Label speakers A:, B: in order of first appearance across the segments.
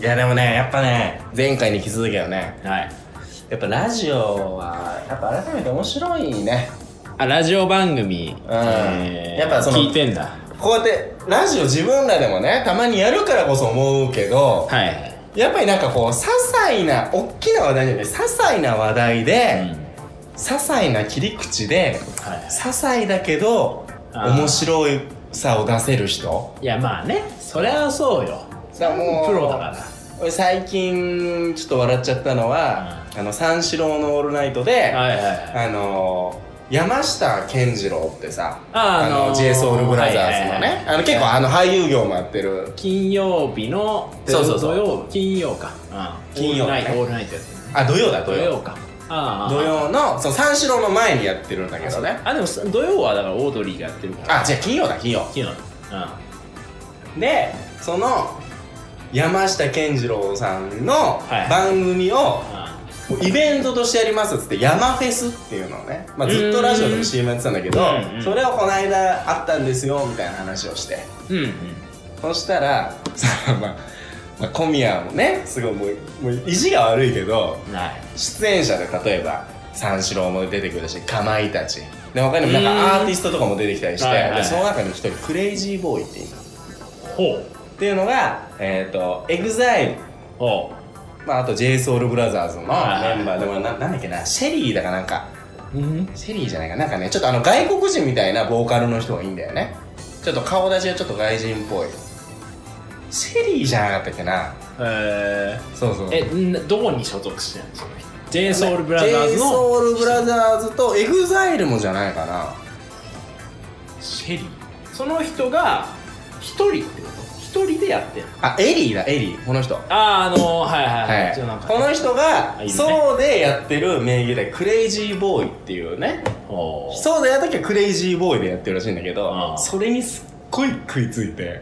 A: いやでもねやっぱね前回に引き続きだよね
B: はい
A: やっぱラジオはやっぱ改めて面白いね
B: あラジオ番組、
A: やっぱその
B: 聞いてんだ
A: こうやってラジオ自分らでもねたまにやるからこそ思うけど、
B: はい、
A: やっぱりなんかこう些細な大きな話題じゃない些細な話題
B: うん
A: で、些細な切り口で
B: はい
A: 些細だけど
B: あー
A: 面白いさを出せる人
B: いやまあねそりゃそうよ
A: さあもう
B: プロだから
A: 俺最近ちょっと笑っちゃったのは、あの三四郎の「オールナイトで」
B: はいはいはい
A: あのー、山下健二郎ってさ
B: あーあのー
A: j s o u l b r o t h e r の
B: はいはいはい
A: ねあの結構あの俳優業もやってる
B: 金曜日の
A: そうそうそう
B: 土曜金曜か、うん、
A: 金曜
B: オールナイ
A: ね
B: トオールナイトやってるね
A: あ土曜だ土
B: 土曜
A: 曜
B: かああ
A: 土曜のその三四郎の前にやってるんだけどね
B: あでも土曜はだからオードリーがやってるから
A: あじゃあ金曜だ金曜
B: 金曜
A: でその山下健二郎さんの
B: はい
A: 番組を
B: う
A: イベントとしてやりますっつって山フェスっていうのをね、まあ、ずっとラジオでも CM やってたんだけど
B: うんうん
A: それをこの間あったんですよみたいな話をして
B: んうんうん
A: そしたら さあ、まあ、まあ小宮もねすごいもうもう意地が悪いけど
B: はい
A: 出演者で例えば三四郎も出てくるしかまいたちで他にもなん
B: うー
A: か
B: ん
A: アーティストとかも出てきたりして、
B: はいはいはい
A: でその中に一人クレイジーボーイっていうのっ
B: ほう
A: ていうのがえっ、とエグザイル
B: ほ
A: まあ、あと j s o u l b r o t h e r のメン
B: はいはい
A: バーでもななんだっけなシェリーだかなんか
B: ううん
A: シェリーじゃないかなんかねちょっとあの外国人みたいなボーカルの人がいいんだよねちょっと顔出しがちょっと外人っぽいシェリーじゃなかったっけな
B: え
A: そうそう
B: ー、えんどこに所属してるんですか j s o u l b r o t h e r
A: j s
B: s の
A: o u l b r o t h e r s と EXILE もじゃないかな
B: シェリーその人が一人ってこと一人でやってる
A: あエリーだエリーこの人
B: あああのー、はいはい
A: は
B: はいい、じゃあなんか
A: この人が
B: あいいね
A: ソロでやってる名義でクレイジーボーイっていうね
B: ほう
A: ソロでやるときはクレイジーボーイでやってるらしいんだけ
B: あ
A: ど
B: あ
A: それにすっごい食いついて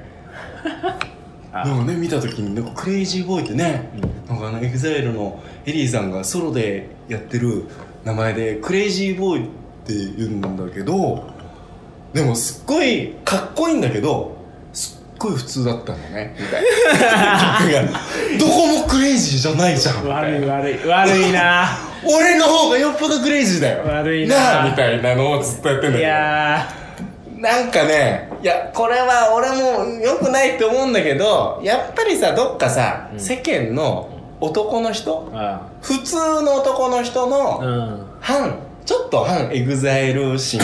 B: あ
A: なんかね見たときになんかクレイジーボーイってねなんかあの EXILE のエリーさんがソロでやってる名前でクレイジーボーイって言うんだけどでもすっごいかっこいいんだけどすっごい普通だったのねみたいな 曲がどこもクレイジーじゃないじゃんみたい
B: 悪い
A: な
B: 悪い悪 いな
A: 俺の方がよっぽどクレイジーだよ
B: 悪いな
A: あみたいなのをずっとやってんだ
B: い
A: けど
B: や
A: なんかね、いや、これは俺も良くないって思うんだけど、やっぱりさ、どっかさ、
B: うん
A: 世間の男の人、
B: ー
A: 普通の男の人
B: う
A: の、
B: ん
A: 反、ちょっと反エグザイル 心、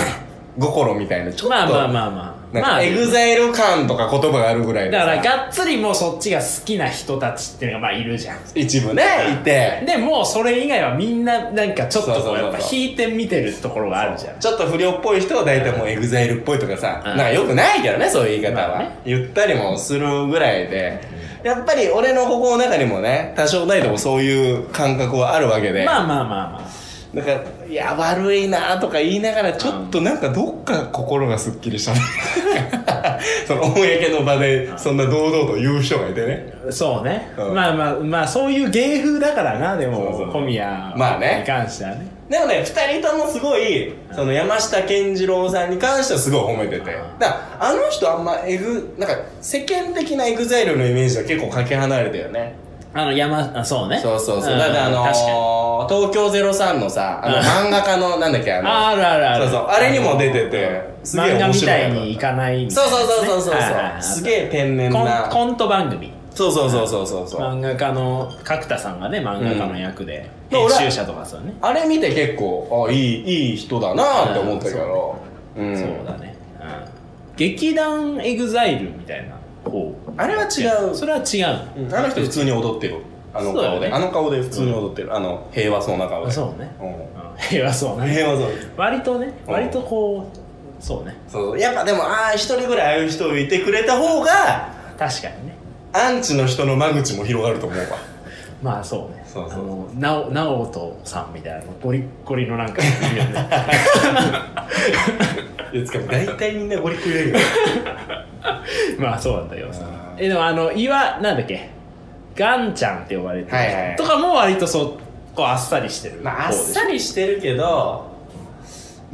A: 心みたいな、ちょっと、
B: まあまあまあまあ
A: なん
B: ま
A: か
B: あ
A: エグザイル感とか言葉があるぐらいで
B: だ
A: さ
B: からがっつりもうそっちが好きな人たちっていうのがまあいるじゃん
A: 一部ね、いて、
B: でもうそれ以外はみんななんかちょっと
A: そうそうそ
B: こう
A: うそう
B: やっぱ引いて見てるところがあるじゃん
A: ちょっと不良っぽい人は大体もうエグザイルっぽいとかさ、
B: う
A: な
B: ん
A: んか良くないけどね、そういう言い方
B: まあ
A: は
B: ね。
A: 言ったりもするぐらいで、やっぱり俺の心の中にもね、多少ないともそういう感覚はあるわけで、
B: まあまあまあまあ
A: だから、いや、悪いなとか言いながら、ちょっとなんかどっか心がすっきりしたね。 その公の場で、そんな堂々と言う人がいてね。
B: そうね、
A: うん
B: まあまあまあそういう芸風だからなで
A: そうそう
B: も小宮
A: まあね
B: に関してはね
A: でもね、二人ともすごい、その山下健二郎さんに関してはすごい褒めてて。だから、あの人あんまエグ、なんか世間的なエグザイルのイメージは結構かけ離れたよね。
B: あの山あそうね
A: そうそうそう。
B: ん
A: だってあの
B: 確かに
A: ー、東京03のさ、あの
B: うん
A: 漫画家の、なんだっけ、あの、
B: あるあるある
A: そうそうあれにも出ててすげえ
B: 漫画
A: 面
B: み
A: 白い
B: たいにいかないみた
A: そ
B: い
A: う
B: なね
A: そうそうそうそう
B: はいはいは
A: そう
B: い
A: すげえ天然
B: コン
A: な
B: コント番組
A: そうそうそうそうそうそう
B: 漫画家の角田さんがね漫画家の役で、
A: うん
B: 編集者とかそうね、
A: あれ見て結構あいいいい人だなって思ったけどうん
B: そうだね、うん、劇団エグザイルみたいな方
A: あれは違う
B: それは違う、
A: うんあの人普通に踊ってるあの
B: そうだ
A: 顔
B: よ
A: で
B: ね
A: あの顔で普通に踊ってるあの平和そうな顔
B: あ
A: で
B: そうね、
A: う
B: うん、 平和そうんね
A: 平和そう
B: 割とね
A: うん
B: 割とこうそうね
A: そうやっぱでもああ一人ぐらいああいう人いてくれた方が
B: 確かにね
A: アンチの人の間口も広がると思うわ
B: まあそうね
A: そうそう
B: あのなおなおとさんみたいなゴリッゴリのなんかいる よね
A: いやつか大体みんなゴリッゴリだけど
B: まあそうなんだよさ
A: うん
B: えでもあの岩なんだっけガンちゃんって呼ばれてる、
A: はいはいはい
B: とかも割とそうこうあっさりしてる
A: まあ、あっ
B: 方でしょ
A: さりしてるけど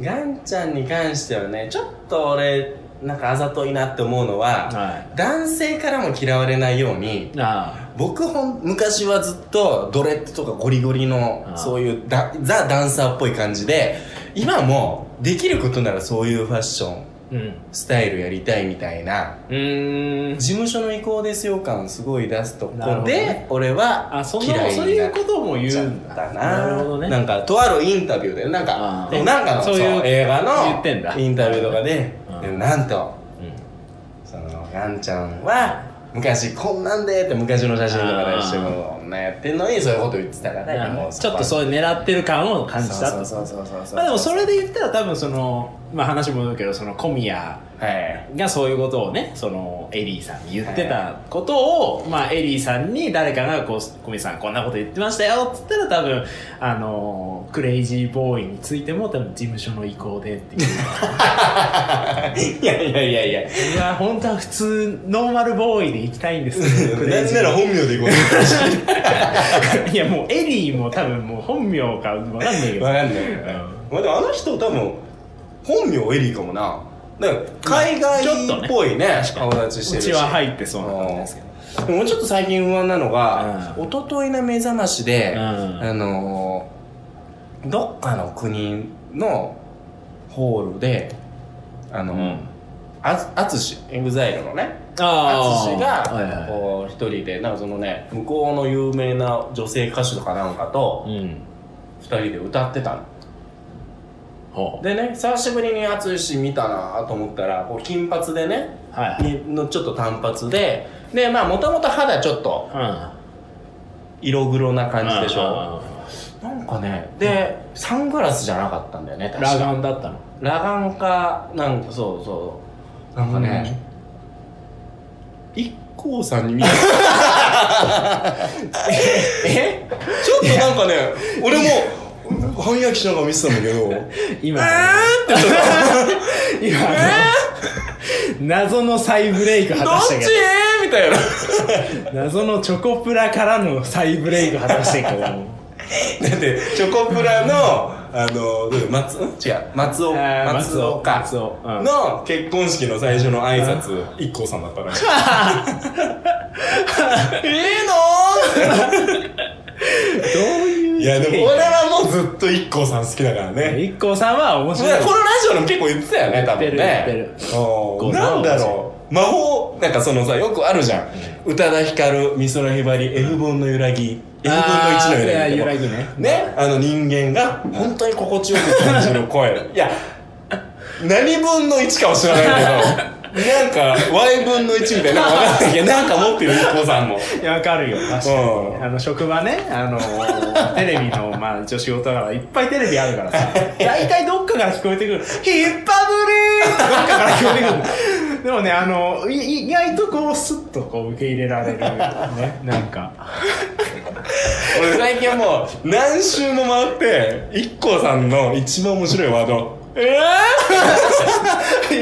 A: ガンちゃんに関してはねちょっと俺なんかあざといなって思うのは
B: は
A: 男性からも嫌われないように
B: いあ
A: 僕ほん昔はずっとドレッドとかゴリゴリの
B: ああ
A: そういうだザ・ダンサーっぽい感じで今もできることならそういうファッション
B: うん
A: スタイルやりたいみたいな
B: うーん
A: 事務所の意向ですよ感すごい出すとこ
B: なるほど
A: で
B: ね
A: 俺は
B: あそんな
A: 嫌いに
B: そうい
A: な
B: う
A: っ
B: ことも言
A: ちゃ
B: う
A: っ
B: んだ
A: たな
B: るほどね
A: なんかとあるインタビューでなんか
B: あ
A: で
B: ー
A: もなんかの
B: そう
A: そう
B: いう
A: 映画
B: 言ってんだ
A: のインタビューとかで
B: うん
A: でもなんと
B: うん
A: そのガンちゃんは昔こんなんでって昔の写真とか出して
B: あー
A: こんなやってんのにそういうこと言ってたから
B: なるほ
A: も
B: ど
A: う
B: ちょっと
A: う
B: そういう狙ってる感を
A: 感
B: 感じたと
A: そうそうそうそうそう
B: まあでも それで言ったら多分そのまあ話戻るけどその小宮
A: はい
B: がそういうことをねそのエリーさんに言ってたことを、まあ、エリーさんに誰かがこう「小宮さんこんなこと言ってましたよ」っつったら多分あのクレイジーボーイについても多分事務所の意向でっていう
A: いやいやいやいや
B: いや本当は普通ノーマルボーイで行きたいんですけどクレ イ
A: 何
B: ジ
A: な
B: ー
A: ら本名でいこう
B: いやもうエリーも多分もう本名か分かんないけ ど
A: わかんないけどねまあでもあの人多分本名エリーかもなだから海外っぽいね顔立ちして
B: う
A: るし
B: ちは入ってそうな感じですけど
A: でももうちょっと最近不安なのが、
B: うん
A: 一昨日の目覚ましで、
B: うん
A: あのーどっかの国のホールであの、あつあつしエグザイルのね
B: あ
A: 淳
B: ーはい
A: が
B: は
A: こう一人でなんかそのね向こうの有名な女性歌手とかなんかと
B: いうん
A: 二人で歌ってたの
B: ほう
A: でね久しぶりに淳見たなと思ったらこう金髪でね
B: はい
A: にのちょっと短髪ででまあもともと肌ちょっと
B: は
A: 色黒ない感じでしょ、
B: うん
A: なんかね、で、サングラスじゃなかったんだよね、確か
B: ラガンだったの
A: ラガンか、なんかそうそう。なんかね、一光さんに見え えちょっとなんかね、俺も、反訳しながら見てたんだけ ど、
B: 今ね、今ね、謎の再ブレイク果
A: ど
B: た
A: っ
B: した
A: ち
B: けど
A: みたいな。
B: 謎のチョコプラからの再ブレイク果たしてけ ども
A: だって、チョコプラの、あの、どういう松、ん違う、松尾、
B: あー
A: 松尾か。
B: 松尾うん
A: の結婚式の最初の挨拶、一光さんだったらしい。 ええの
B: どういう
A: いやでも俺はもうずっと一 k さん好きだからね
B: i k さんは面
A: このラジ
B: 白い
A: オでも結構言ってたよね多分ね
B: 言ってる
A: うん
B: 言ってる
A: なんだろう魔法なんかそのさよくあるじゃん宇多田ヒカル美空ひばり F 分の揺らぎ F 分の1の揺ら
B: あー
A: ぎ
B: 揺ら
A: って
B: ぎね
A: ねあの人間が本当に心地よく感じる 声いや何分の1かは知ら ないけどなんか Y 分の1みたいなの分かんないけどなんか持ってる一 k さんも
B: いやわかるよ確
A: う
B: か
A: ん
B: にあの職場ねあの テレビのまあ一応仕事だからいっぱいテレビあるから さ大体どっかから聞こえてくる「ヒッパブリー!」どっかから聞こえてくるでもねあのい意外とこうスッとこう受け入れられるねなんか
A: 俺最近はもう何周も回って一 k さんの一番面白いワード
B: ええ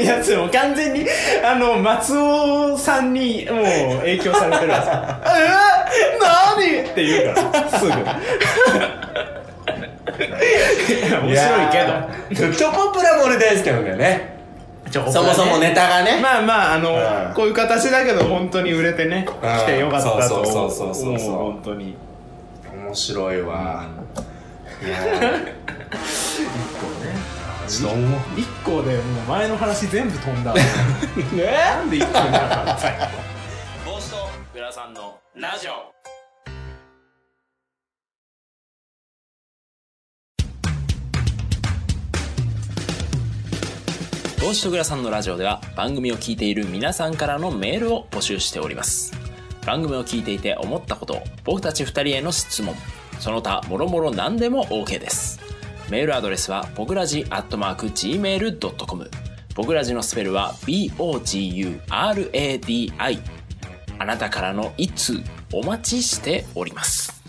B: いやそれもう完全にあの松尾さんにもう影響されてるわさ「えー、何?」って言うからすぐいや面白いけど
A: けどチョコプラも俺大好きなんだよねそもそもネタがね、
B: まあまああの、
A: うん
B: こういう形だけど本当に売れてね、来てよかったと
A: そ
B: 思
A: う
B: う
A: そうそうそうそう
B: もう本当に
A: 面白いわ、いやーちょっと思う
B: 一個でもう前の話全部飛んだなんで一個になかった最後
A: 帽子とグラさんのラジオ
C: 帽子とグラさんのラジオでは番組を聞いている皆さんからのメールを募集しております番組を聞いていて思ったこと僕たち2人への質問その他もろもろ何でも OK ですメールアドレスは僕らじアットマーク Gmail.com 僕らじのスペルは BOGURADI あなたからの一通お待ちしております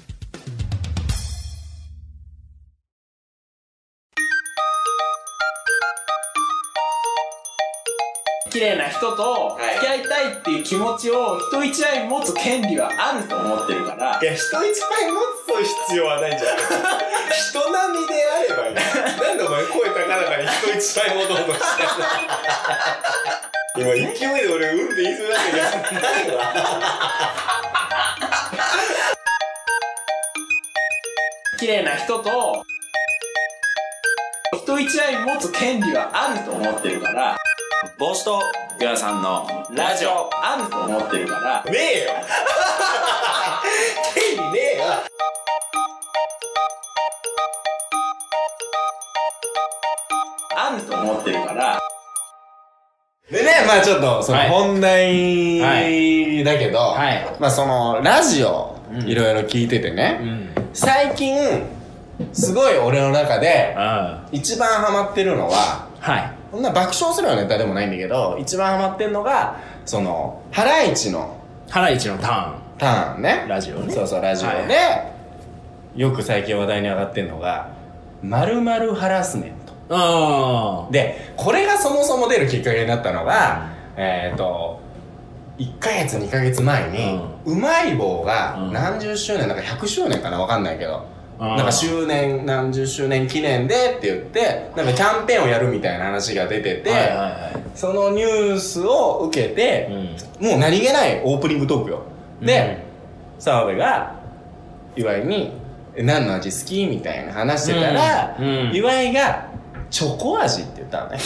B: 綺麗な人と
A: い
B: 付き合いたいっていう気持ちを人一倍持つ権利はあると思ってるから
A: いや人一倍持つ必要はないんじゃない人並みであればいいなんでお前声高々に人一倍持とうとしてんの今勢いで俺うんって言いそうになったけどないわ
D: 綺麗な人と人一愛持つ権利はあると思ってるから帽子とグラさんのラジオあると思ってるから
A: ねえよ権利ねえよ
D: あると思ってるから
A: でね、まあちょっと、その
B: はい
A: 本
B: は
A: 題だけど、
B: はい
A: まあその、ラジオ
B: う、ん
A: いろいろ聞いててね、
B: うん
A: 最近、すごい俺の中で、
B: あ
A: 一番ハマってるのは、
B: あはい
A: こんな爆笑するようなネタでもないんだけど、一番ハマってるのが、その、ハライチの
B: ハライチのタ
A: ターン
B: ーン
A: ね。
B: ラジオね
A: そうそう、ラジオで、よく最近話題に上がってるのが、まるまるハラスメント。
B: あ
A: でこれがそもそも出るきっかけになったのが、えっ、と1ヶ月2ヶ月前に、うまい棒が
B: うん
A: 何十周年なんか100周年かなわかんないけど、
B: あ
A: なんか周年何十周年記念でって言ってなんかキャンペーンをやるみたいな話が出てて、
B: はいはいはい
A: そのニュースを受けて、
B: うん
A: もう何気ないオープニングトークよ。
B: うん
A: で、澤部が岩井に「え何の味好き?」みたいな話してたら、
B: うんうん
A: 岩井が「チョコ味」って言ったのね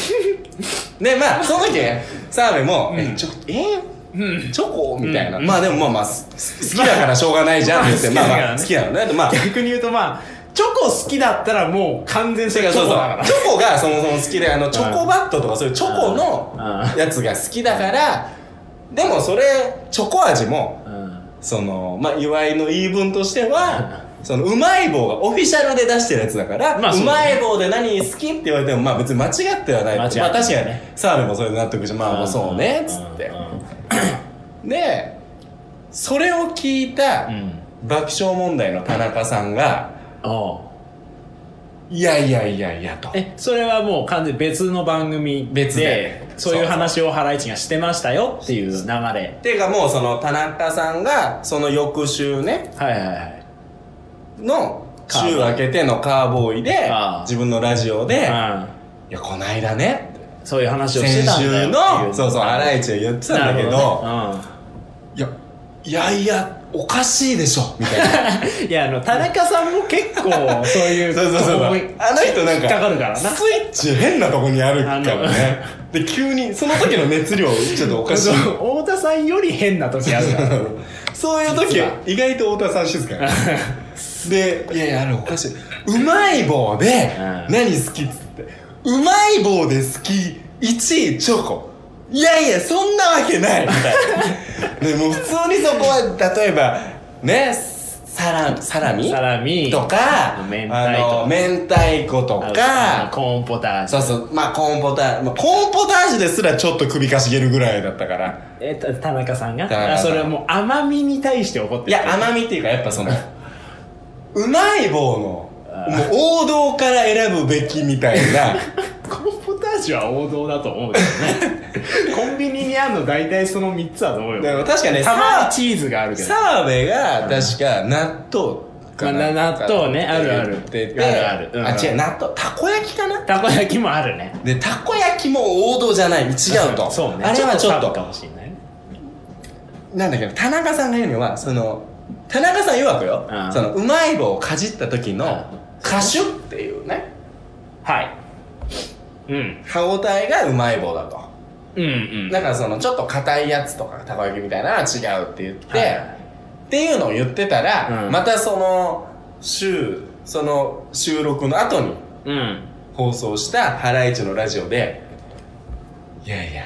A: でまあその時ね澤部も「えちょえ
B: うん
A: チョコ?」みたいな、
B: うん
A: まあでもまあまあすす好きだからしょうがないじゃんって言って、
B: ま
A: まあ
B: あまあ
A: まあ
B: 好
A: 好
B: き
A: きなのねでまあ
B: 逆に言うとまあチョコ好きだったらもう完全性がチ
A: そ
B: ョ
A: う
B: コ
A: そ
B: だから
A: うチョコがそもそも好きであのチョコバットとかそういうチョコの
B: う
A: やつが好きだからでもそれチョコ味も
B: うん
A: そのまあ岩井の言い分としてはそのうまい棒がオフィシャルで出してるやつだから、
B: まあ
A: う
B: そうだ
A: ま
B: ね
A: い棒で何好きって言われてもまあ別に間違ってはない
B: 間違って
A: ま
B: ない
A: あ確かに澤部もそれで納得してまあまあそうねっつってでそれを聞いた
B: うんうん
A: 爆笑問題の田中さんが
B: おう
A: いやいやいやいやと
B: えそれはもう完全に別の番組
A: 別
B: で
A: で
B: そういう話をハライチがしてましたよっていう流れはい
A: ていうかもうその田中さんがその翌週ね
B: はいはい
A: の週明けてのカーボーイで
B: ああ
A: 自分のラジオで
B: うん
A: 「いやこないだね」
B: そういう話を
A: 先
B: してたんだ
A: 週
B: よってい
A: のそうそうハライ
B: チ
A: チが言ってたんだけどいやいやいやおかしいでしょみたいな
B: いやあの田中さんも結構そういう
A: そうそうそう
B: こう
A: あの人なんか
B: 引っかかるからな
A: スイッチ変なとこにあるからねで急にその時の熱量ちょっとおかしい
B: 太田さんより変な時ある から
A: そういう時
B: 実は
A: は意外と太田さん静か やねでいやいやあれおかしいうまい棒で
B: うん
A: 何好きっつってうまい棒で好き1位チョコいやいやそんなわけないみたい なでもう普通にそこは例えばねサラサラミ
B: サラミ
A: とか、
B: 明太子
A: あの、明太子と
B: あの
A: か、
B: コーンポタージ
A: そうそう、まあコーンポタージュ、まあ、コーンポタージュですらちょっと首かしげるぐらいだったから。
B: ュえた田中さんが
A: 田中さん
B: あそれはもう甘みに対して怒っ
A: い
B: てる
A: や、甘みっていうかやっぱその、 うまい棒の、も
B: あ
A: う王道から選ぶべきみたいな、
B: コーンポタージュは王道だと思うけどねコンビニにあるの大体その3つはどうよ
A: だから確かね、
B: たまに
A: さ
B: チーズがあるけど
A: 澤部が確か納豆かな
B: まあな納豆ねあるある
A: って言ってて
B: あるあるうん
A: あ、違う、納豆、たこ焼きかな
B: たこ焼きもあるね
A: で、たこ焼きも王道じゃない、違うと。
B: そうね
A: あれはちょっ
B: サ
A: と
B: ブか、もしれないね
A: なんだけど田中さんが言うにはその田中さん曰くよ、
B: うん
A: そのうまい棒をかじった時
B: う
A: の
B: ん
A: カシュっていうね
B: はいうん
A: 歯応えがうまい棒だと、
B: うんうん
A: だからそのちょっと硬いやつとかたこ焼きみたいなのは違うって言って、
B: はい
A: っていうのを言ってたら、
B: うん
A: またその週その収録の後に
B: うん
A: 放送したハライチのラジオでいやいや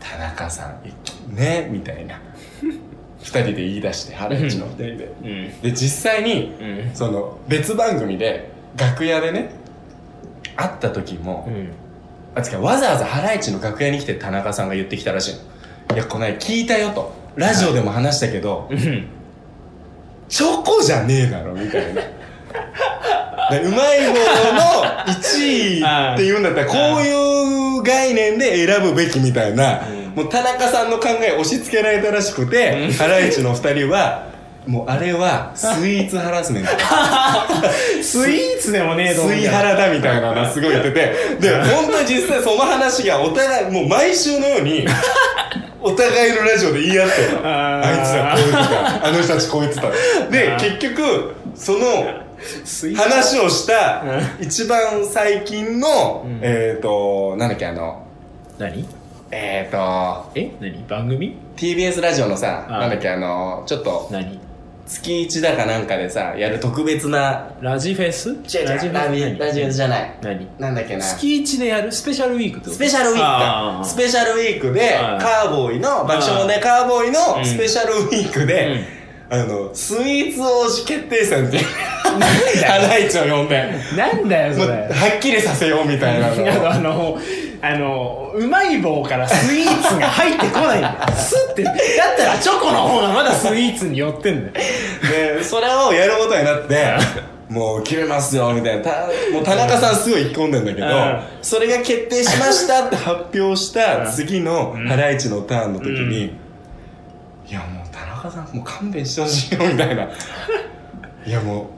A: 田中さんねみたい な二人で言い出してハライチの二人で
B: うん
A: で実際に
B: うん
A: その別番組で楽屋でね会った時も、
B: うん
A: あつかわざわざハライチの楽屋に来て田中さんが言ってきたらしいのいやこの間聞いたよとラジオでも話したけど、
B: うん
A: チョコじゃねえだろみたい なでうまい棒の1位って言うんだったらこういう概念で選ぶべきみたいな、もう田中さんの考え押し付けられたらしくて、ハライチの2人はもうあれはスイーツハラスメント
B: スイーツでもねえと思う
A: 水
B: けど
A: 原だみたいなのすごい言ってて、で、本当に実際その話がお互い、もう毎週のように、お互いのラジオで言い合ってた
B: あ
A: あ
B: ー
A: いつらこう言ってた、あの人たちこう言ってた。で、
B: あー
A: 結局、その、
B: スイッチ
A: 話をした
B: う
A: 一番最近の、
B: うん
A: えっ、ー、となんだっけあの
D: 何
A: えっ、ー、と
D: え何番組
A: TBS ラジオのさ
D: あ
A: なんだっけあのちょっと
D: 何
A: 月一だかなんかでさやる特別な
D: ラジフェスラジフ
A: ラジ
D: ェス
A: ラジオじゃない
D: 何
A: なんだっけなス
D: 月一でやるスペシャルウィークってこと
A: ペシャルウィーク
D: あ
A: か
D: ー
A: スペシャルウィークで
D: はい
A: カーボーイの爆笑問題カーボーイ
D: う
A: の
D: ん
A: スペシャルウィークで、あのスイーツ王子決定戦っていう花市を呼んで
B: なんだよ
A: も
B: そうれ
A: はっきりさせようみたいなの
B: い やあのあのうまい棒からスイーツが入ってこないんだよスってだったらチョコの方がまだスイーツに寄ってんだよ
A: でそれをやることになってもう決めますよみたいなたもう田中さんすごい引き込んでんだけど、
B: う
A: それが決定しましたって発表した次のハライチのターンの時に、
B: う
A: いやもう田中さんもう勘弁してほしいよみたいないやも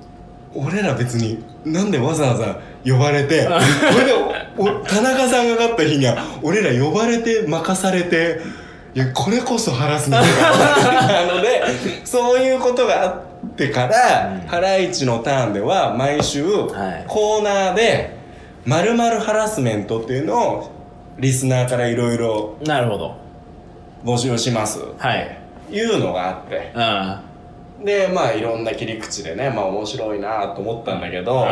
A: う俺ら別になんでわざわざ呼ばれてこれでおお田中さんが勝った日には俺ら呼ばれて任されていやこれこそハラ スメントだなのでそういうことがあってから、ハライチのターンでは毎週
D: はい
A: コーナーで「まるまるハラスメント」っていうのをリスナーからいろいろ
D: なるほど
A: 募集します
D: はい
A: いうのがあって
D: あ
A: でまあいろんな切り口でねまあ面白いなと思ったんだけ ど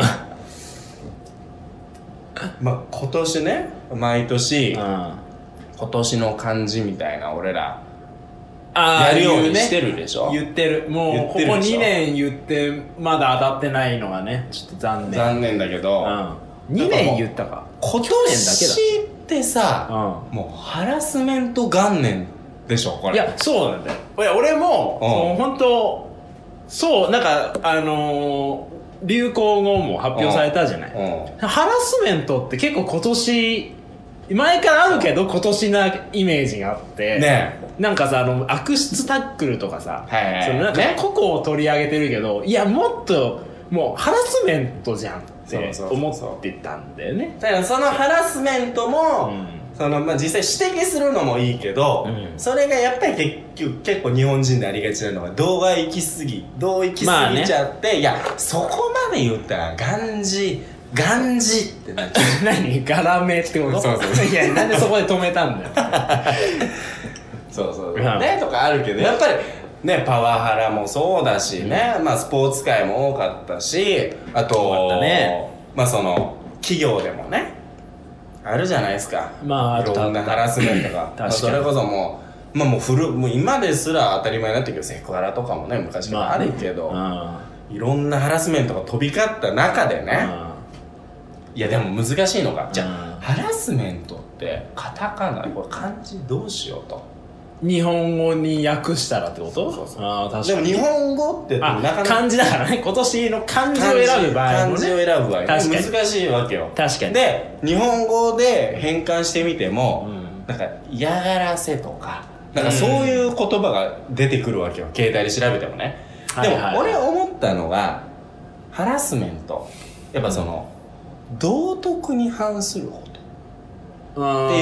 A: まあ今年ね毎年
D: ああ
A: 今年の漢字みたいな俺ら
B: あ
A: やるようにしてるでしょ、
B: 言ってる
A: 言
B: もう
A: っ
B: ここ
A: てるでしょ
B: 2年言ってまだ当たってないのがねちょっと残念
A: 残念だけど、
B: うん、2年言ったか
A: 今年ってさ、
B: う
A: もうハラスメント元年でしょこ
B: ん
A: れ
B: いやそうなんだよいや俺も
A: うん
B: もう本当そうなんかあのー流行語も発表されたじゃない
A: うん
B: ハラスメントって結構今年前からあるけど今年なイメージがあって、
A: ね
B: なんかさあの悪質タックルとかさ、
A: はいはいはい
B: そのなんか
A: ね
B: 個々を取り上げてるけどいやもっともうハラスメントじゃんって
A: そうそうそうそう
B: 思ってたんだよね
A: えだからそのハラスメントも、
B: うん
A: そのまあ、実際指摘するのもいいけど、
B: うん
A: それがやっぱり結局結構日本人でありがちなのが度が行き過ぎ度行き過ぎちゃって、いやそこまで言ったらガンジガンジってなっちゃう
B: 何ガラメってこと
A: そうそうそう
B: いやなんでそこで止めたん だよ
A: そうそう、
B: うん
A: ねとかあるけどやっぱりねパワハラもそうだしね、まあスポーツ界も多かったしあ
B: 多かっ
A: と
B: たね
A: まあその企業でもねあるじゃないですか
B: まああ
A: いろんなハラスメントが
B: 確かに
A: まあそれこそもう,、まあ、もう古もう今ですら当たり前になってるけどセクハラとかもね昔からあるけど、
B: う
A: いろんなハラスメントが飛び交った中で
B: ん
A: ね、いやでも難しいのが、じゃ
B: うん
A: あハラスメントってカタカナこれ漢字どうしようと
B: 日本語に訳したらってこと
A: そうそうそう
B: ああ確
A: で
B: か
A: も
B: に
A: 日本語ってなか
B: あ
A: なか
B: 漢字だからね今年の漢字を選ぶ場合も
A: 漢字を
B: ね
A: 選ぶ場合
B: 確かに
A: 難しいわけよ
B: 確かに
A: で日本語で変換してみても、
B: うん
A: なんか嫌がらせとかなんかそういう言葉が出てくるわけよ、携帯で調べてもね、
B: はいはいはい
A: でも俺思ったのがハラスメントやっぱその、道徳に反すること
B: っ
A: て
B: て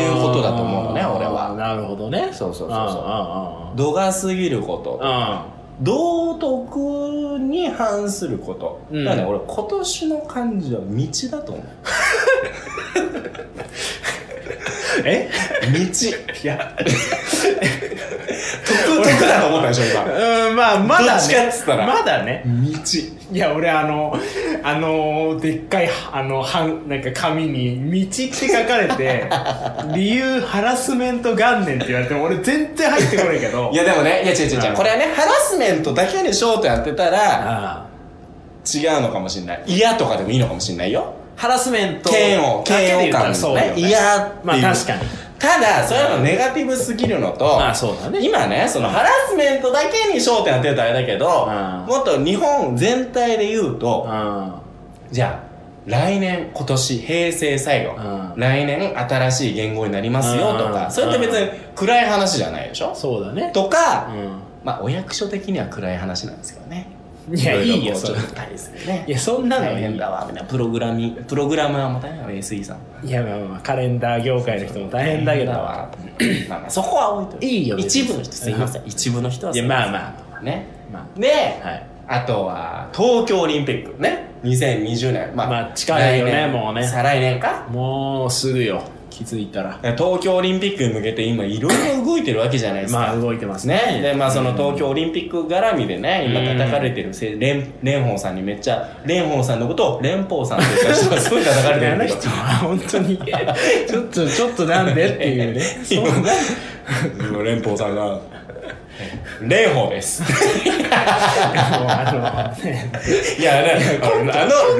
A: いうことだと思うのね俺は
B: なるほどね
A: そうそうそうそう
B: そ
A: 度が過ぎること道徳に反すること、
B: うん
A: なので俺今年の漢字は道だと思う
B: え
A: 道い や徳徳だと思ったでしょ今
B: うん まあまだね
A: どっちかっつったら
B: まだね
A: 道
B: いや俺あのあのでっかいあのはんなんか紙に「道」って書かれ て理由ハラスメント元年って言われても俺全然入ってこないけど
A: いやでもね、いや違う違う違う、これはね、ハラスメントだけにショートやってたら、
B: あ
A: 違うのかもしれない。嫌とかでもいいのかもしれないよ。
B: あハラスメント
A: 嫌悪、
B: だけ
A: 嫌悪
B: で言ったら
A: 感
B: そ
A: の
B: うだ
A: ね
B: よ。ね
A: 嫌っていう。
B: まあ確かに
A: ただ、それはネガティブすぎるのと、
B: まあそうだね
A: 今ね、そのハラスメントだけに焦点当てるとあれだけど、
B: うん
A: もっと日本全体で言うと、
B: あ
A: じゃあ、来年、今年、平成最後、
B: うん
A: 来年新しい言語になりますよとか、
B: うん
A: それって別に暗い話じゃないでしょ
B: あそうだね
A: とか、
B: う
A: まあ、お役所的には暗い話なんですけどね。
B: んいやい
A: ろろ
B: いよ
A: こう
B: それ
A: ちょっと大ですよね。
B: いやそんなの
A: 大
B: いい
A: 変だわ、みたいな。プログラミング、プログラマーも大変だわ、SE さん。
B: いやまあまあカレンダー業界の人も大変だけど
A: 大変だわ。まあまあ、そこは置いといて
B: いいよ別に
A: 一部の人、すいません。一部の人は
B: い
A: すい
B: や
A: ま
B: ま
A: せ
B: あ
A: ん。
B: まあ
A: ね。
B: ま
A: で、
B: あはい
A: あとは、東京オリンピックね。 2020年まあ、
B: まあ近いよね
A: 来年
B: もうね
A: 再来年か
B: もうすぐよ気づいたら
A: 東京オリンピックに向けて今いろいろ動いてるわけじゃないですか、
B: まあ動いてます
A: ね、
B: ね
A: でまあその東京オリンピック絡みでね今
B: うん
A: 叩かれてるせ蓮舫さんにめっちゃ蓮舫さんのことを蓮舫さんって言った人がすごい叩かれてる
B: あ
A: ん
B: の
A: だけ
B: 人
A: ど
B: は本当にちょっとちょっとなんでっていうねそう
A: 今蓮舫さんが「 蓮舫です」
B: もうあのね
A: いやねあの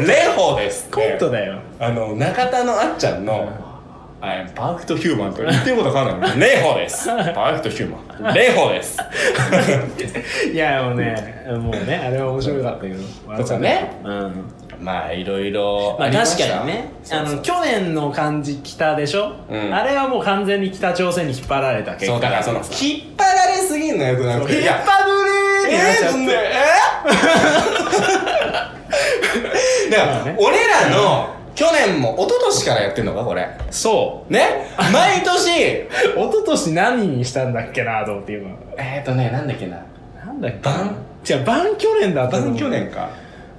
A: 蓮舫ですって
B: コントだよ
A: あの中田のあっちゃんの「I am パーフェクトヒューマン」と言ってることわかんない蓮舫 ですパーフェクトヒューマン 蓮舫です
B: いやもうねもうねあれは面白かったけど
A: とかね
B: うん
A: まあいろいろ
B: まあ
A: り
B: 確
A: した
B: かにねあの去年の漢字北でしょ、
A: うん
B: あれはもう完全に北朝鮮に引っ張られた結果
A: そうだからその
B: 引っ
A: 引っ張られすぎんのよくな
B: 張
A: く
B: る
A: ていや
B: ーになっちゃって、
A: えー、 だから俺らの去年も一昨年からやってんのかこれ
B: そう
A: ね毎年
B: 一昨年何にしたんだっけなと思って今
A: えっとねなんだっけな
B: なんだっけ
A: 晩
B: じゃあ晩去年だった
A: 晩去年か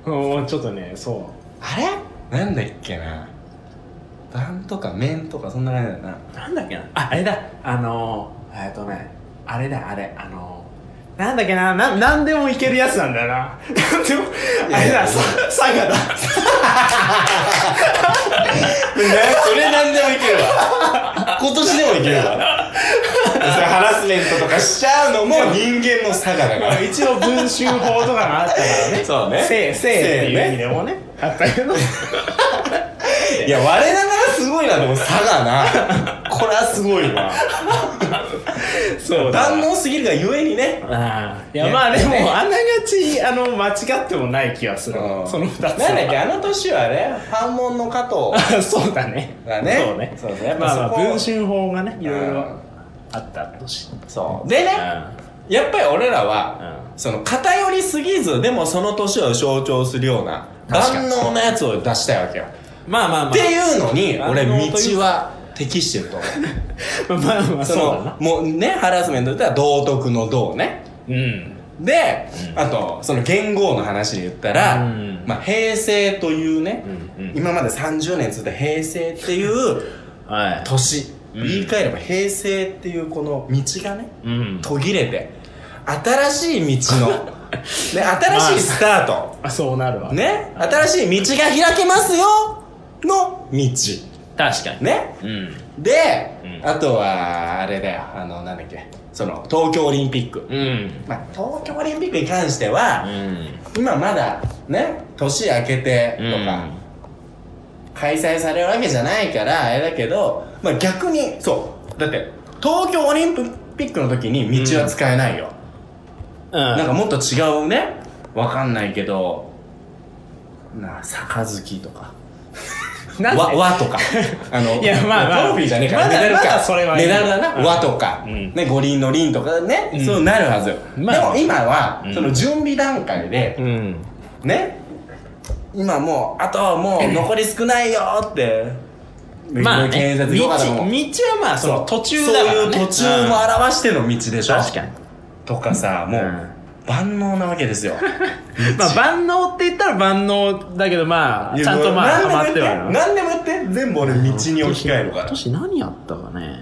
B: もうちょっとねそ
A: あれなんだっけな晩とか麺とかそんな感じだよな
B: うなんだっけなああれだあのーえっとねあれだあれあのーなんだっけなななんでもいけるやつなんだよななんでもあれださ佐賀だ
A: それなんでもいけるわ今年でもいけるわそれハラスメントとかしちゃうのも人間の差がだから
B: 一応文集法とかがあったからね
A: そうね
B: せいせいっていう意味
A: ね
B: でもねあったけど
A: いや我ながらすごいなでも差がなこれはすごいな
B: そうだ
A: 万能すぎるがゆえにね
B: ああいや
A: ね
B: まあでも、
A: ね
B: あながちあの間違ってもない気はする
A: うん
B: その2つ
A: なんだっけ
B: は
A: あの年はね反問の加藤
B: あ そうだね
A: がね
B: そうね
A: そうねやっぱ
B: まあ
A: そこ
B: まあ文春法がねいろい
A: うん
B: ろあった年
A: そうで
B: う
A: ね
B: ん
A: やっぱり俺ら
B: う
A: は
B: ん
A: その偏りすぎずでもその年を象徴するような
B: 確か
A: 万
B: に
A: 能なやつを出したいわけよ
B: まあまあまあ
A: っていうのに
B: 万能
A: 俺
B: という
A: 道は適して ると思
B: まあまあ
A: うそ
B: そうだ
A: の
B: な
A: もうねハラスメントだったら道徳の道ね
B: うん
A: で、
B: うん
A: あとその元号の話で言ったら、
B: うん
A: まあ、平成というね、
B: うんうん
A: 今まで30年続いた平成っていう
B: はい
A: 年、
B: うん
A: 言い換えれば平成っていうこの道がね
B: うん
A: 途切れて新しい道 のね新しいスタート、
B: あそうなるわ
A: ね新しい道が開けますよの道
B: 確かに
A: ね
B: うん
A: で、
B: うん
A: あとはあれだよあのなんだっけその東京オリンピック、
B: うん
A: まあ、東京オリンピックに関しては、
B: うん
A: 今まだね年明けてとか、開催されるわけじゃないからあれだけど、まあ、逆にそうだって東京オリンピックの時に道は使えないよ、
B: うん
A: なんかもっと違うねわかんないけどなあ杯とか
B: な
A: わ和と かあの
B: いやまあまあ
A: トロフィーじゃねえから
B: まだ
A: メダルか、
B: まだそれはいい
A: メダルだな、
B: うん
A: 和とか、
B: うん
A: ね五輪の輪とかね、
B: うん
A: そうなるはずよ、
B: まあ
A: でも今は、
B: うん
A: その準備段階で、
B: うん
A: ね今もうあとはもう残り少ないよって
B: まあ、ね、
A: 警
B: 道
A: 察
B: 道
A: とかでも
B: はまあその途中だから、ね、
A: そういう途中も表しての道でしょ
B: 確かに
A: とかさもう、
B: うん
A: 万能なわけですよ
B: まあ万能って言ったら万能だけどまあちゃんとまあハマ
A: 何で
B: って
A: も
B: は
A: やっ
B: いる
A: て何でもやって全部俺道に置き換えるから
B: 今年何やったかね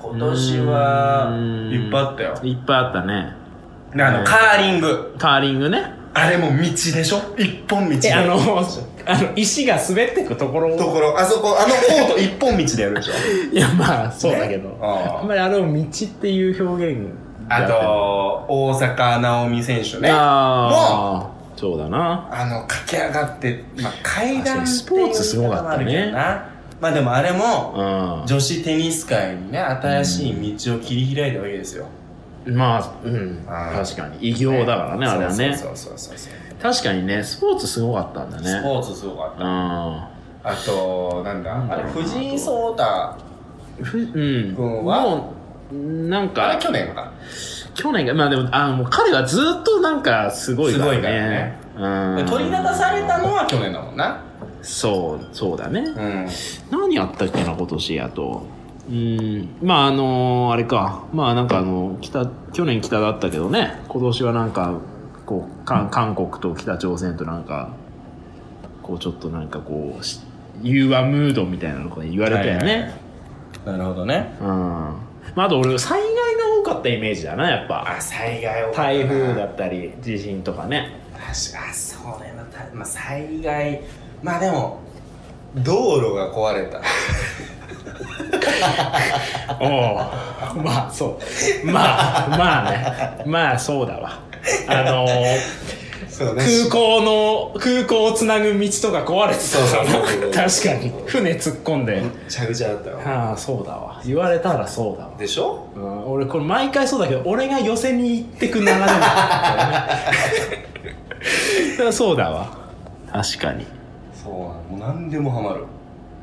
A: 今年は
B: うーん
A: いっぱいあったよ
B: いっぱいあったね
A: あのカーリング
B: カーリングね
A: あれも道でしょ一本道
B: え
A: で
B: あの あの石が滑ってくところ
A: ところあそこあのコート一本道でやるでしょ
B: いやまあ そうだけど、
A: ああ
B: あんまりあれを道っていう表現
A: あと大坂なおみ選手ね
B: ああそうだな
A: あの駆け上がって、まあ、階段っていう
B: スポーツすごかっ
A: のもあ
B: たね
A: るけどなまあでもあれも
B: う
A: 女子テニス界にね新しい道を切り開いたわけですよ、
B: んまあうん
A: あー
B: 確かに偉業だからねあれはね
A: そうそうそうそう、
B: 確かにねスポーツすごかったんだ
A: ス
B: ね
A: ポーツすごかっ
B: うん
A: たあとなんだ
B: なんだ
A: あ
B: ろ
A: れ
B: うな
A: 藤井聡太
B: ふうん
A: 君は
B: もうなん
A: あれ
B: か
A: 去年か
B: 去年がまあでもあもう彼はずっとなんかすごいからね
A: すごいからね
B: うん
A: 取り立たされたのは去年だもんな
B: そうそうだね、
A: うん
B: 何やったっけな今年あとうんまああのーあれかまあなんかあの北去年北だったけどね今年はなんかこう韓韓国と北朝鮮となんかこうちょっとなんかこうし融和ムードみたいなのが言われたよね、
A: はいはいなるほどね
B: うんまあ、あと俺災害が多かったイメージだなやっぱ
E: あ災害を
B: 台風だったり地震とかね
E: 確かそれはた、まあ、災害まあでも
A: 道路が壊 れた
B: おお まあそうまあまあねまあそうだわあのー
A: そうね
E: 空
B: 空港の空港をつなぐ道とか壊れてた
A: そ
B: から
A: うそうそう
B: 確かに船突っ込んで
A: ぐちゃぐちゃだったよ
B: ああそうだわ言われたらそうだわ
A: でしょ
B: うん俺これ毎回そうだけど俺が寄せに行ってく流れもあるんだよねだ からそうだわ確かに
A: そうなのもう何でもハマる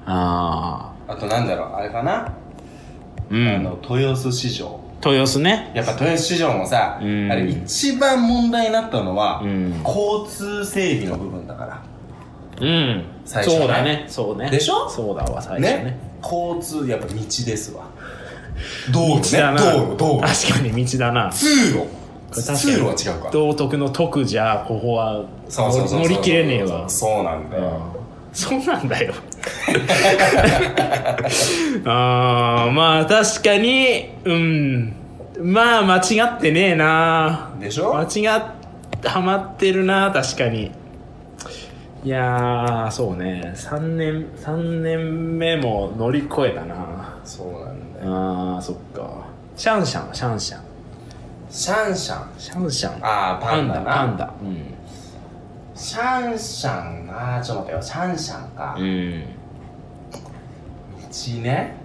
B: あ
A: あとなんだろうあれかな、
B: あ
A: あ
B: うん
A: の豊洲市場
B: 豊洲ね
A: やっぱ豊洲市場もさ、
B: うん
A: あれ一番問題になったのは、
B: うん、
A: 交通整備の部分だから
B: うん、
A: 最初ね
B: そうだねそうね
A: でしょ
B: そうだわ最初ね
A: ね交通やっぱ道ですわ道路
B: 道だ
A: ね
B: な
A: 道路道路
B: 確かに道だな
A: 通路
B: 確かに
A: 通路は違うか
B: 道徳の徳じゃここは
A: そうそうそう
B: 乗り乗り切れねえわ
A: そうなんだよ
B: そうなんだよ あーまあ確かにうんまあ間違ってねえな
A: でしょ
B: 間違っはまってるな確かにいやーそうね3年3年目も乗り越えたな
A: そうなんだよ
B: あーそっかシャンシャンシャンシャン
A: シャンシャン
B: シャンシャン
A: ああパンダな
B: パンダうん
A: シャンシャンなちょっと待ってよシャンシャンか、
B: うん
A: 道ね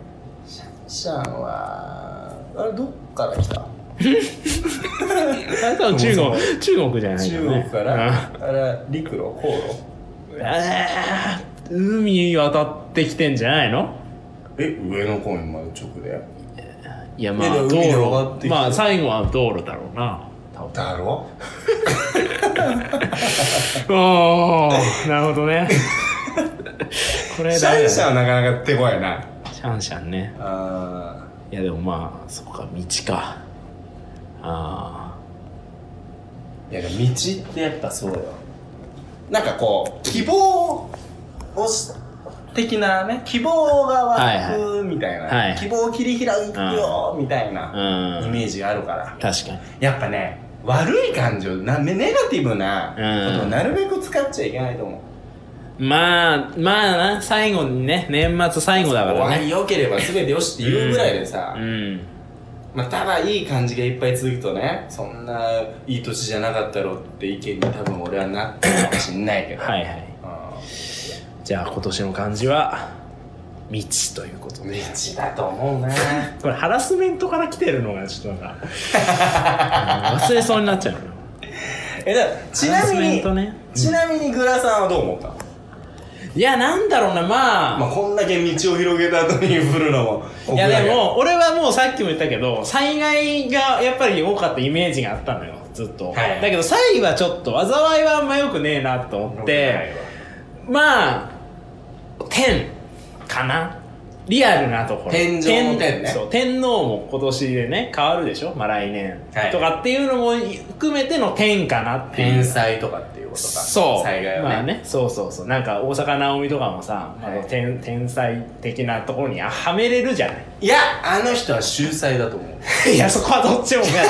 A: シャンシャンはあれどっから来た
B: あれ多分中国中国じゃないよ
A: 中
B: ね
A: 国からあれ陸路航路
B: うんあー海渡ってきてんじゃないの
A: え上の公園まで直で
B: いやまあ
A: いやでも
B: 道
A: 海で渡ってきて
B: 路まあ最後は道路だろうな多分
A: だろ
B: おーなるほどね これ
A: シ
B: だ
A: ャ
B: ね
A: ンシャンはなかなか手強いな
B: シャンシャンね
A: あ
B: いやでもまあそっか道かあ
A: ーいやでも道ってやっぱそうよなんかこう希望をし的なね希望が湧くみたいな、
B: はいはい
A: 希望を切り開くよみたいな
B: あう
A: イ
B: ん
A: メージがあるから
B: 確かに
A: やっぱね悪い感情なネネガティブなことをなるべく使っちゃいけないと思う、
B: まあまあな最後にね年末最後だか
A: 終わ
B: ら
A: り
B: ね
A: 良ければ全てよしっていうぐらいでさ、
B: うん
A: まあ、ただいい感じがいっぱい続くとねそんないい年じゃなかったろって意見に多分俺はなってるかもしんないけど
B: はいはい
A: うん
B: じゃあ今年の漢字は道ということで
A: 道だと思うな
B: これハラスメントから来てるのがちょっ となんかうん忘れそうになっちゃうの
A: えだからちなみに、
B: ね
A: ちなみにグラさんはどう思ったの、
B: いやなんだろうなまあ、
A: まあ、こんだけ道を広げた後に振るのも
B: いやでも俺はもうさっきも言ったけど災害がやっぱり多かったイメージがあったのよずっと、
A: はい
B: だけど災はちょっと災いはあんまよくねえなと思ってまあ天かなリアルなところ
A: 天上の天ね
B: そう天皇も今年でね変わるでしょまあ来年、
A: はい
B: とかっていうのも含めての天かなっていう
A: 天災とかっていうことか
B: そう
A: 災害はね,、
B: まあ、ねそうそうそうなんか大阪なおみとかもさ、あの天天才的なところにあはめれるじ ゃない
A: いやあの人は秀才だと思う
B: いやそこはどっちもだいや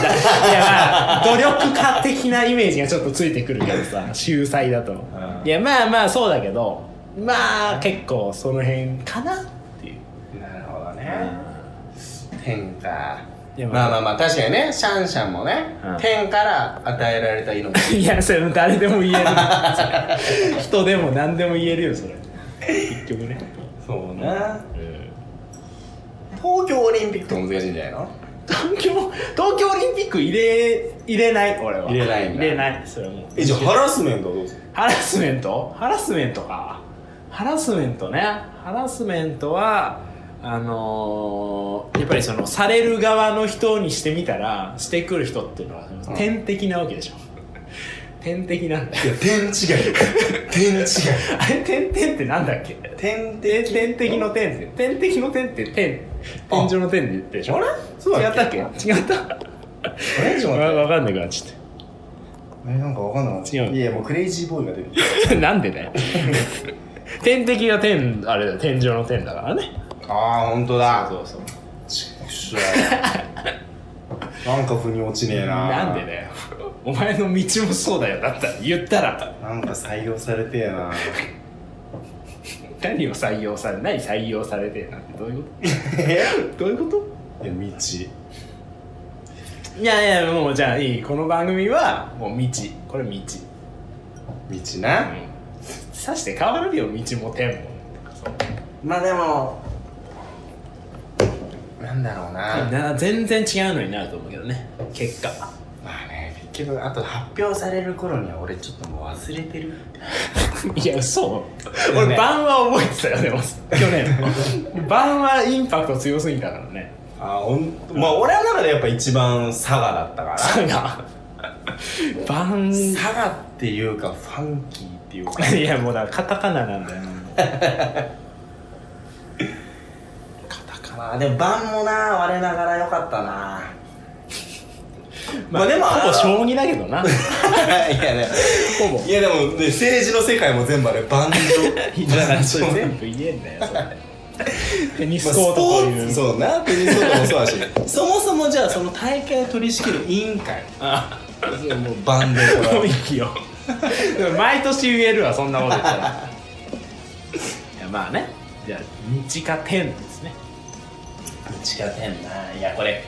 B: まあ努力家的なイメージがちょっとついてくるけどさ秀才だと、
A: ん
B: いやまあまあそうだけどまあ結構その辺かなっていう、
A: なるほどね、天か
B: いや
A: まあまあまあ確かにねシャンシャンもね、
B: うん
A: 天から与えられた命
B: いやそれ誰でも 言える人でも何でも言えるよそれ結局ね、
A: そうな
B: うん
A: 東京オリンピックと難しいんじゃないの
B: 東京東京オリンピック入れ入れない俺は
A: 入れないんだ
B: 入れないそれはもう
A: えじゃあハラスメントはどうする
B: ハラスメントハラスメントかハラスメントねハラスメントはあのーやっぱりそのされる側の人にしてみたらしてくる人っていうのは天敵なわけでしょ、天敵なんだよ
A: いや天違い天違い
B: あれ天天ってなんだっけ
A: 天
B: 天天敵の天って天敵の天って天天井の天で言ってでしょ
A: あれそう
B: 違
A: だ
B: っ
A: ったた
B: っ
A: っ
B: け
A: け
B: 違った
A: あれちょっと待
B: わ
A: っ
B: わかんなくなっちゃって
A: えなんかわかんなかった
B: 違う
A: いやもうクレイジーボーイが出てき
B: なんでだよ天敵が天あれだよ天井の天だからね
A: たああ本当だ
B: そうそう
A: ちくしょうなんか腑に落ちねえな
B: なんでだよお前の道もそうだよだったら言ったら
A: なんか採用されてえな
B: 何を採用され何採用されてえなんてどういうことどういうこ
A: いや道
B: といやいやもうじゃあいいこの番組はもう道これ道、うん、
A: 道
B: 刺
A: な
B: して変わるよ道も天も
A: まあでもなんだろうな
B: な全然違うのになると思うけどね結果
A: まあね結局あと発表される頃には俺ちょっともう忘れてる
B: いや嘘
A: だよね
B: 俺晩は覚えてたよでも去年の晩はインパクト強すぎたからね
A: あほんまあ俺の中でやっぱ一番佐賀だったから
B: 佐賀晩
A: 佐賀っていうかファンキーっていう か
B: いやもうだからカタカナなんだよカタカナ
A: まあでも晩もな我ながら良かったなまあでも
B: ほぼ将棋だけどな
A: いやね
B: ほぼ
A: いやでも、ね、政治の世界も全部あれ盤 上
B: だからそれ全部言えんだよそ れテニスコ
A: まあス
B: ートと
A: ポー
B: い
A: ツ
B: う、
A: そうなテニスコートもそうだしそもそもじゃあその大会を取り仕切る委員会
B: あ
A: もうバンド
B: あもういいよでも毎年言えるわそんなこと言ったらいやまあねじゃあ日か天ですね
A: 違うてんないやこれ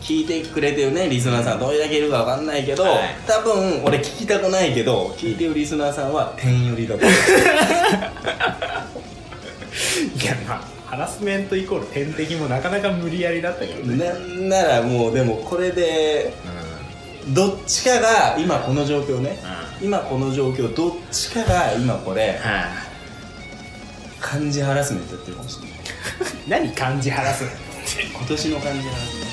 A: 聞いてくれてるねリスナーさんどれだけいるかわかんないけど、
B: はい
A: 多分俺聞きたくないけど聞いてるリスナーさんは点寄りだと思う
B: いやまあハラスメントイコール天敵もなかなか無理やりだったけ どね
A: なんならもうでもこれでどっちかが今この状況ね、今この状況どっちかが今これ
B: は
A: 漢字ハラスメントやってるかもしれない
B: 何漢字ハラスメント
A: 今年の漢字ハラスメント